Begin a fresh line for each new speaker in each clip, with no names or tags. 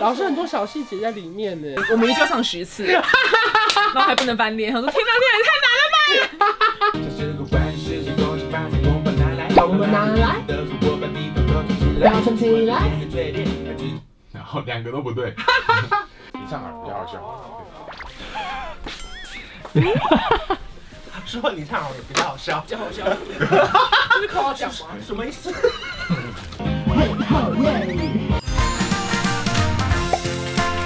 老师很多小细节在里面呢。
我们一周上十次，然后还不能翻脸，我说天哪，这也太难了吧！
这是个坏事情，我就把你我们拿来，我们拿来，都是我把你们都存起来，
表现起来。
然后两个都不对，你唱好比较好笑。
说你唱好比较好笑，
好笑，这是夸奖吗？
什么意思？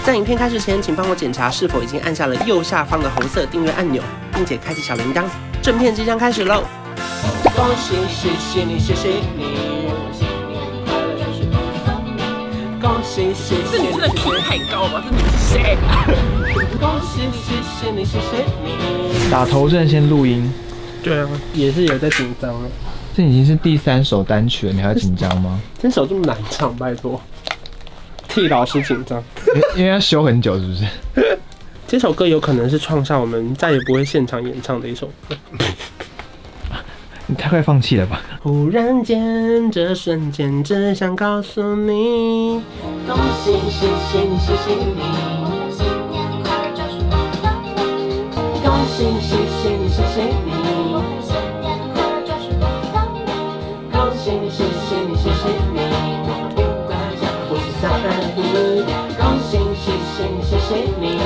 在影片开始前，请帮我检查是否已经按下了右下方的红色订阅按钮，并且开启小铃铛。正片即将开始喽！恭喜谢谢你，谢谢你，恭喜谢
这
谢
你
你，
真的
谢
品
谢
太高了吧？这你是谁啊？
你，恭喜谢谢你，谢谢你。
打头阵先录音，
对啊，也是有在紧张了。
这已经是第三首单曲了，你还要紧张 吗？
这首这么难唱，拜托，替老师紧张。
因因为要修很久，是不是？
这首歌有可能是创下我们再也不会现场演唱的一首歌。
你太快放弃了吧？
忽然间，这瞬间，只想告诉你，恭喜，谢谢你，谢谢你，恭喜，谢谢你，谢谢你，恭喜，谢谢你，谢谢你，不管江湖是三二一，恭喜，谢谢你，谢谢你。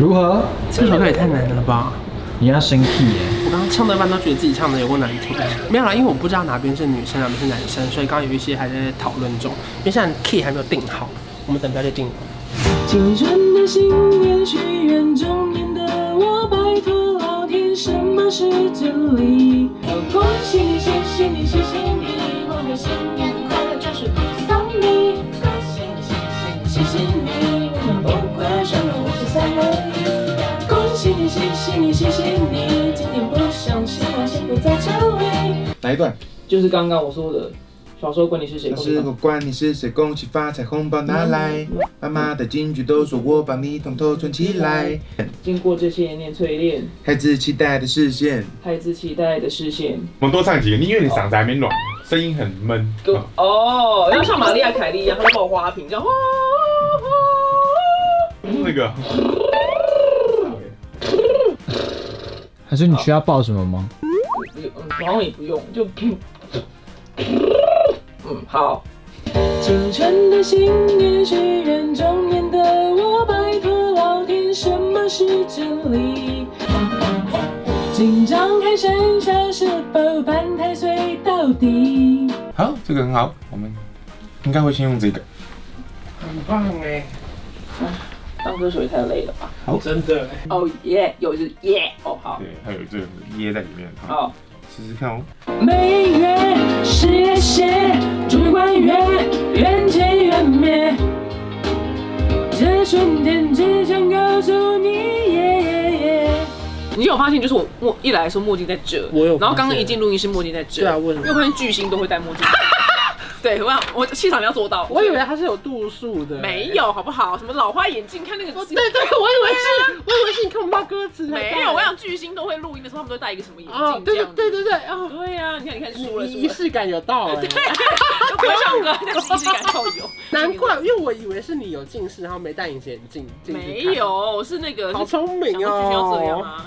如何？
这首歌也太难了吧！
你要生气耶！
我刚刚唱到一半都觉得自己唱的有够难听，没有啦，因为我不知道哪边是女生哪边是男生，所以刚刚有一些还在讨论中，因为现在 key 还没有定好，我们等标就定了。
青春的信念，许愿中年的我，拜托老天，什么是真理？恭喜你，谢谢你，谢谢你，我们新年快乐，这是不送你。恭喜你，谢谢你，谢谢你，我们不管什么，我是三二一。恭喜你，谢谢你，谢谢你，今天不想希望幸福在这里。
哪一段？
就是刚刚我说的，小时候管你是谁
那是我管你是谁，恭喜发财，红包拿来。
嗯
妈妈的金句都说我把你统统存起来。
经过这些年淬炼，
孩子期待的视线，
孩子期待的视线。
我们多唱几个，因为你嗓子还没软，声音很闷。
跟哦，要像玛丽亚凯莉一样，她抱花瓶
哦
这样。
那个
还是你需要报什么吗？
不用，嗯好像也不用，就嗯好。
青春的信念，许愿中年的我，拜托老天，什么是真理？紧张还剩下是否半太岁到底？
好，这个很好，我们应该会先用这个。
很棒哎，
当歌手也太累了吧？
真的，
哦耶，有就是耶，哦好，
对，还有这个噎在里面。好，
好，
试试看哦。
每月事业线，主管月缘起缘灭，这瞬间只想告诉你。耶耶耶
你有发现就是我墨一来的时候墨镜在这，
我有发现
然后刚刚一进录音室墨镜在这，
对啊为什
因
么
为我发现巨星都会戴墨镜。对，我要我气场你要做到，
我以为它是有度数的，
没。有好不好？什么老花眼镜看那个，
对对，我以为是，我以为是你看不到歌词。
没有，我想巨星都会录音的时候，他们都会戴一个什么眼
哦，
镜这
对对
样子。
对对对，哦，
对呀、你看你看输了输
仪
了，
式感有到 哎，
都不会唱歌，那个仪式感超有。
难怪，因为我以为是你有近视，然后没戴隐形眼镜进去
没
看，
有，是那个
好聪
是
明
想
哦。
说巨星要这样啊。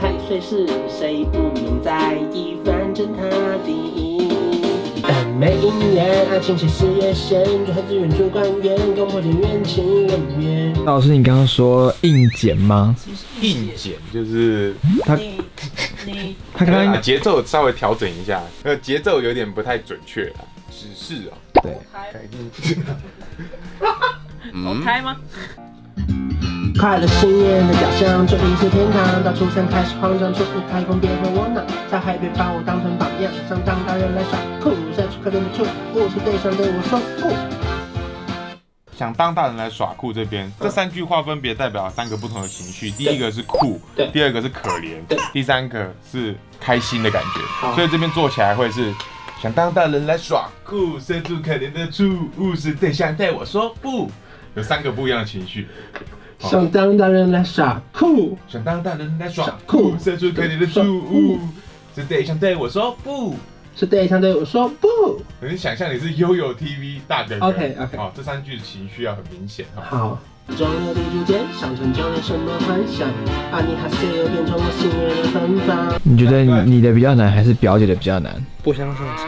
太岁是谁不用在意，反正他第一。但每一年爱情是事业线，就和资源主管员工或者怨情人面。
老师，你刚刚说硬剪吗？
硬剪就是
他刚
把
刚
节奏稍微调整一下，呃，节奏有点不太准确了。只是啊，
对，
改进。
我
嗯，
开吗？
快乐新年的假象，这里是天堂。到初三开始慌张，说不开工别回我脑。小孩别把我当成榜样，想当大人来耍酷，下去可怜的处，我是对象对我说不。
想当大人来耍酷这
嗯
边，这三句话分别代表三个不同的情绪。第一个是酷，
对
第二个是可怜，第三个是开心的感觉。所以这边做起来会是。想当大人来耍酷，身处可怜的处，物是对象对我说不，有三个不一样的情绪。
想当大人来耍酷，
想当大人来
耍
耍
酷
酷，伸出可怜的
耍
猪
酷
是对象对我说不，
是对象对我说不，
可是想象你是悠悠 TV 大哥哥
OK，OK
好，这三句情绪要很明显哈。
好。中二的主角想成就点什么幻想？啊，你还是有变成我心愿的方法。
你觉得你的比较难，还是表姐的比较难？
不相信谁？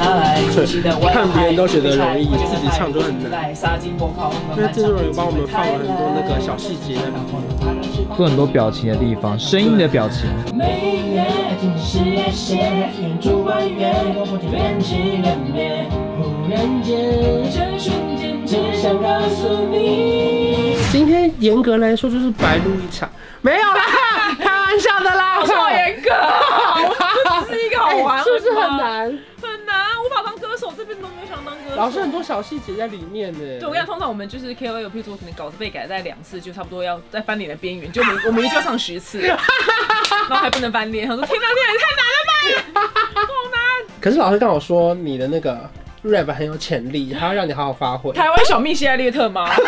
拿来熟悉的外
看别人都觉得容易自己唱就很难
难。杀进波涛，
因为制作人有帮我们放了很多那个小细节在里
做很多表情的地方，声音的表情，
每月事业线，远处外缘，缘起缘灭，忽然间，这瞬间只想告诉你。
今天严格来说就是白录一场，没有 啦，开玩笑的啦。
好超严格哦，我这是一个好玩，
哎是不是很？难？
很难，无法当歌手，这辈子都没有想当歌手。
老师很多小细节在里面呢。
对，我跟你讲，通常我们就是 K O L，譬如说可能稿子被改在两次，就差不多要在翻脸的边缘，就我们我们一句要唱十次，然后还不能翻脸，他说天哪，这也太难了吧，好难！
可是老师跟我说，你的那个 rap 很有潜力，还要让你好好发挥。
台湾小蜜希拉列特吗？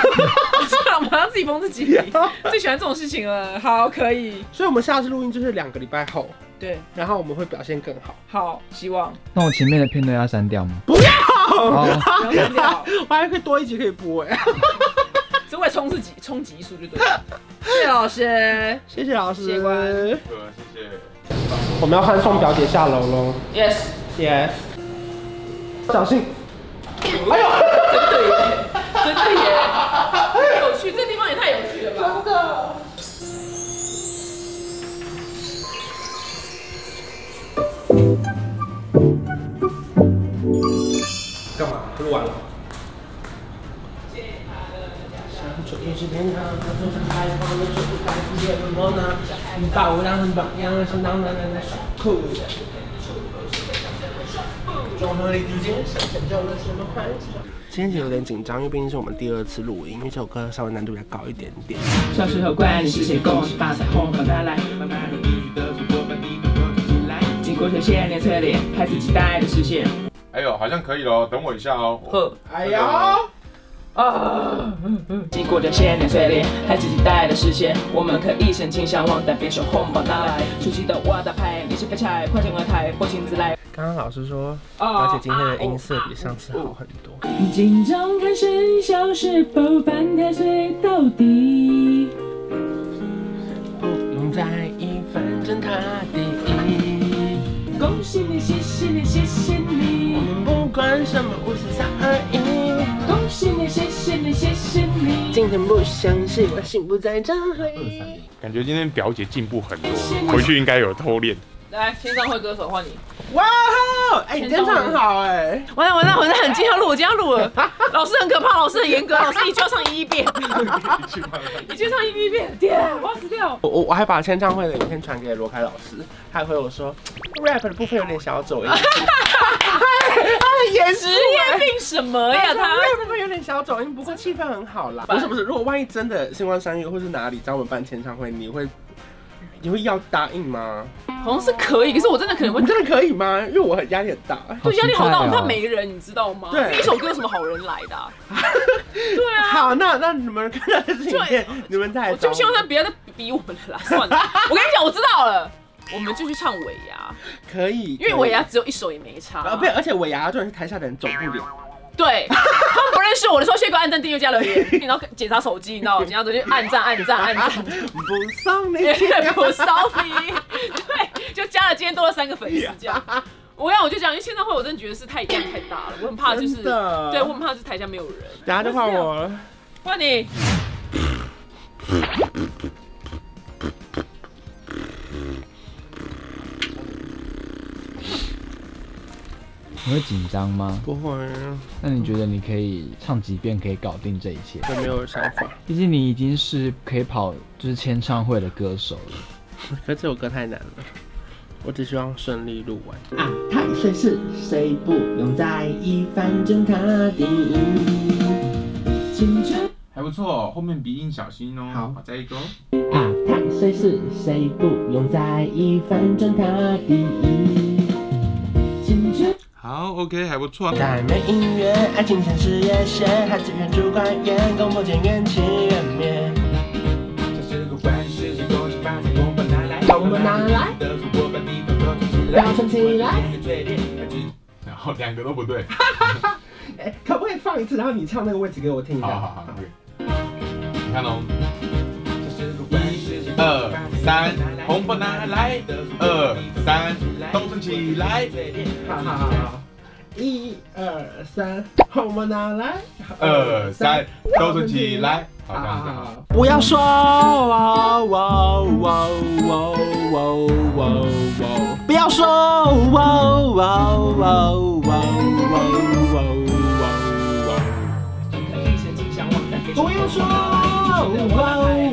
算了，马上自己封自己，最喜欢这种事情了。好，可以，
所以我们下次录音就是两个礼拜后，
对，
然后我们会表现更好。
好，希望
那我前面的片段要删掉吗？不要，
不要删掉，
我还可以多一集可以播 哎，
只为冲自己冲级数就对了。谢谢老师
谢谢老师。
谢谢关
对，啊谢谢。
我们要欢送表姐下楼喽。
，Yes，
Yes。小心，
真的耶，太有趣，这地方也太有趣了吧。
干嘛？录完了。纯艺是天堂，他说他开放的是不该不变的梦呢。你把我当成榜样，相当的人来耍酷。中和里之间，想成就了什么幻想？今天其实有点紧张，因为毕竟是我们第二次录音，因为这首歌稍微难度比较高一点点。
小时候怪你是谁恭喜发财红包拿来，慢慢和你的主播把你的歌起来，经过这些年淬炼，孩子期待的实现。
哎呦，好像可以喽，等我一下哦。
呵
哎呀，
经过这些年淬炼，孩子期待的实现，我们可以深情向往，但别说红包拿来，熟悉的我打牌，你是废柴，快点而台，我亲自来。
刚刚老师说，
啊
而且今天的音色比上次好很多。
紧张看生肖是否半太岁到底。
不用哦在意，反正他第一。
恭喜你，谢谢你，谢谢你
我，们不管什么，五十三二一。
恭喜你，谢谢你，谢谢你。
今天不相信，我心不在这里。
感觉今天表姐进步很多，回去应该有偷练。
来，签唱会歌手换你。
哇哦！哎，你今天唱很好哎。
完了完了完了，很今天要录，我今天要录了。老师很可怕，老师很严格，老师一句要唱一遍，一句唱一遍，天啊，我要死掉。
我我我还把签唱会的影片传给罗开老师，他回我说 rap 的部分有点小走音。 哎他很严肃
职业病什么哎呀？他
rap 部分哎有点小走音，不过气氛很好啦。不是不是，如果万一真的星光三月或是哪里找我们办签唱会，你会你会要答应吗？
好像是可以，可是我真的可能会
你真的可以吗？因为我很压力很大。
对压力好大，我
期待哦
怕没人，你知道吗？
对
那一首歌有什么好人来 的啊？对啊，
好，那那你们看到的影片，你们再来
我就
找
希望他不要再逼我们了啦，算了。我跟你讲，我知道了，我们就去唱尾牙，
可以，
因为尾牙只有一首也没差。
啊，不，而且尾牙重点是台下的人走不了。
对，他们不认识我的时候，先给我按赞、订阅、加留言，然后检查手机，你知道吗？检查手机按赞、按赞、按赞。
不送你
也不 selfie，对，就加了今天多了三个粉丝这样。我跟你讲，我就讲，因为签唱会我真的觉得是太压力太大了，我很怕就是，
真的
对我很怕就是台下没有人。
等下就换我了。
换你，
你会紧张吗？
不会，
那你觉得你可以唱几遍可以搞定这一切？
我没有想法。
毕竟你已经是可以跑就是签唱会的歌手了。
可是这首歌太难了，我只希望顺利录完。
啊，太岁是谁不用在意，反正他第一。
还不错，后面鼻音小心哦。
好，
再一个哦。
啊，太岁是谁不用在意，反正他第一。请注
好，OK，还不错。
在没姻缘，爱情像事业线，孩子愿主观缘，功不见缘起缘灭。
这是个关世界，恭喜发财，红包拿来，
红包拿来
得主播把你的歌唱起
飙升起来。
然后两个都不对。
哎，可不可以放一次？然后你唱那个位置给我听一下。
好好好，你看哦，一二三，红包拿来，二三，动身起来，
好好好好，一二三，我们拿来。
二三，动身起来，
啊
好，这样子好。
不要说哇哇哇哇哇哇哇！不要说哇哇哇哇哇哇哇！不要说哇哇哇哇哇哇！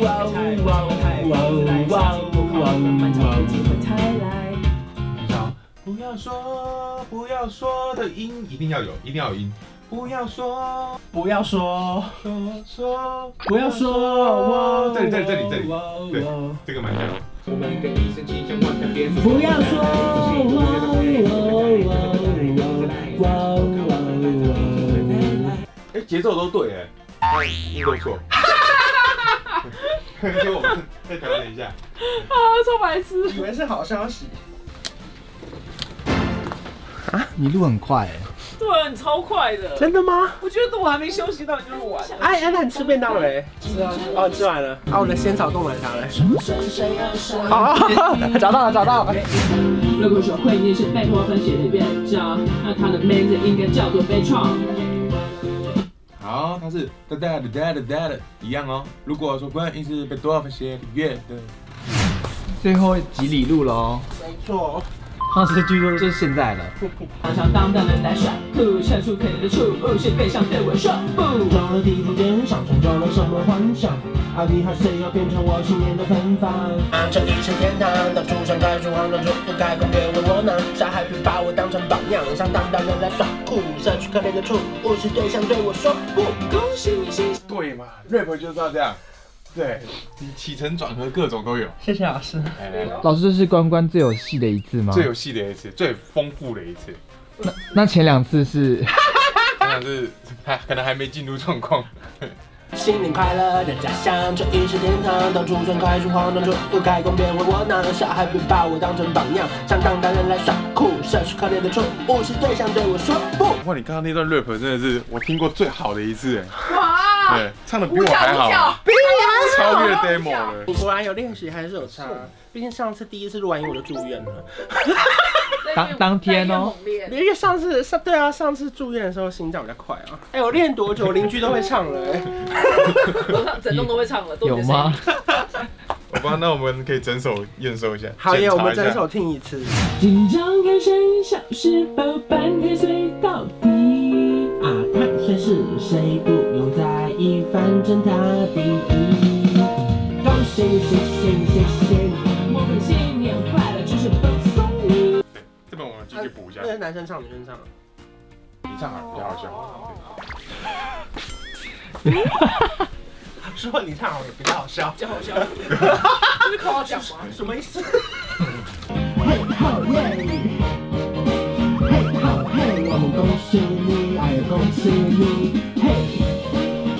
不要说，不要说的音一定要有，一定要有音。不要说，
不要说，
说说，
不要说哇！
这里这里这里这里，对，这个蛮像。
我们跟医生去相望看别人
不要说哇哇哇哇哇！
哎，节奏都对哎，音都错。所以我们再调整一下。
啊，超白痴！
以为是好消息，
啊，你录很快哎，
对啊，你超快的。
真的吗？
我觉得我还没休息到你就录完了。
哎哎，那你吃便当了没？吃啊。哦，你吃完了。啊，我的仙草冻奶茶嘞。
欸
哦，找到了，找到了。
如果说会念是贝多芬写的乐章，那它的名字应该叫做悲怆。
好，它是哒哒哒哒哒哒的，一样哦。如果说关于是被多少些乐的，
最后几里路喽，
没错。
唱这句就是现在了。
当上当当的来耍酷，伸出可怜的触物是背上对我说不。
装了第一点上，重装了什么幻想？阿尼哈塞要变成我新年的芬芳。啊，这里是天堂，到处上开出行人就不该攻别为我呢。傻孩别把我当成榜样，上当当人来耍酷，社区可怜的畜物是对象对我说不。
恭喜你新
对嘛？rap 就是要这样，对，你起承转合各种都有。
谢谢老师。
来来来，
老师，这是关关最有戏的一次
啊
吗？
最有戏的一次，最丰富的一次，
那前两次是
可能是还可能还没进入状况。
新年快乐的家乡，这里是天堂。当初转开出黄灯，就不该攻别为我呢。傻孩别把我当成榜样，上当当人来耍酷，社区可怜的畜物是对象对我说不。
哇，你刚刚那段 rap 真的是我听过最好的一次，哎，
哇，
对，唱的比我还好，比我超越 demo 了。
你果然有哎练习，还是有差。毕竟上次第一次录完音我就住院了。
当当天哦
因为上次上对啊，上次住院的时候心脏比较快啊。哎、我练多久，邻居都会唱了、哎
整栋都会唱了，都
有吗？？
好吧，那我们可以整首验收一下。
好耶，
检查
我
一下
们整首听一次。
紧张看身小时候半天睡到底。
啊，看谁是谁不用在意，反正他第一。恭喜谢谢你谢谢你。
我们新年快乐，就是恭送你。
这边我们继续补一下
那，是男生唱，女 生唱。
你唱
哎
好比较好笑。
说你唱好也比较好笑，
叫 好笑，这是夸奖吗？
什么意思？
嘿吼耶！嘿吼嘿，我们恭喜你，哎呀恭喜你，嘿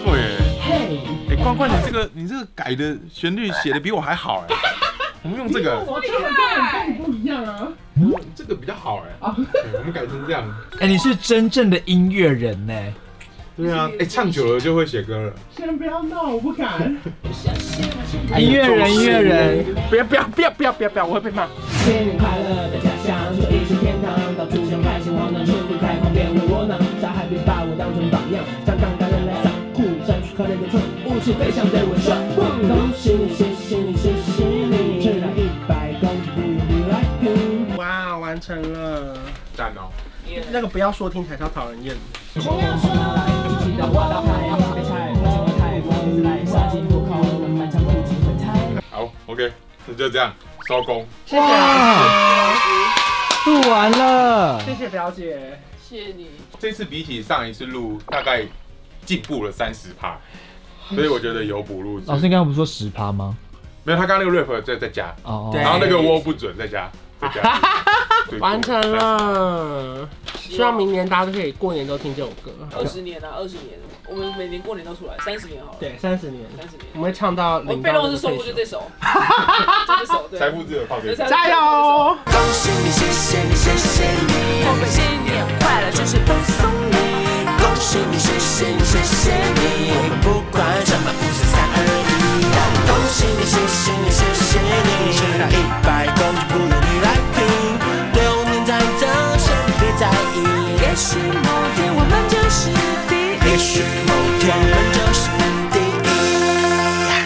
对对，哎
嘿。
哎、关关，你这个你这个改的旋律写的比我还好 哎，我们用这个，
好厉害！
这个比较好哎，对我们改成这样。
哎，你是真正的音乐人欸呢。
对啊，哎、唱久了就会写歌了。
先不要闹，我不敢。
音乐人，音乐人，
不要不要不要不要不要不要，我会被骂。
新年快乐的家乡，这里是天堂，到处想开心荒唐，处处开荒变为窝囊，傻孩别把我当成榜样，上当当人来耍酷，山区可怜的蠢，物是对象对我说不，恭喜你，谢谢你，谢谢你，吃了一百公斤不用你来拼。
哇，完成了。
赞哦！
那个不要说听才叫讨人厌。
好，OK，那就这样收工。
啊哇，录完了，
谢谢表姐。
谢谢你，
这次比起上一次录，大概进步了三十趴，所以我觉得有补录制。
老师刚刚不是说十趴吗？
没有，他刚刚那个 rap 在在加，
哦，
对
然后那个我不准在加，在加。对
完成。了，
希望明年大家都可以过年都听这首歌。
二十年啊，二十年，我们每年过年都出来，三十年好了。
对，三十年，
三十年。
我们会唱到
我
领
被
到
动
那
是
个
收
退
获
休
就。这首，就这 首，对。
财富自由靠这首
加油！
恭喜你，谢谢你，谢谢你，我们新年快乐，就是恭送你。恭喜你，谢谢你，谢谢你，我们不管什么，不是三二一。恭喜你，谢谢你，谢谢你，吃到一百公斤不用你来拼，流年在等，先别在意，也许明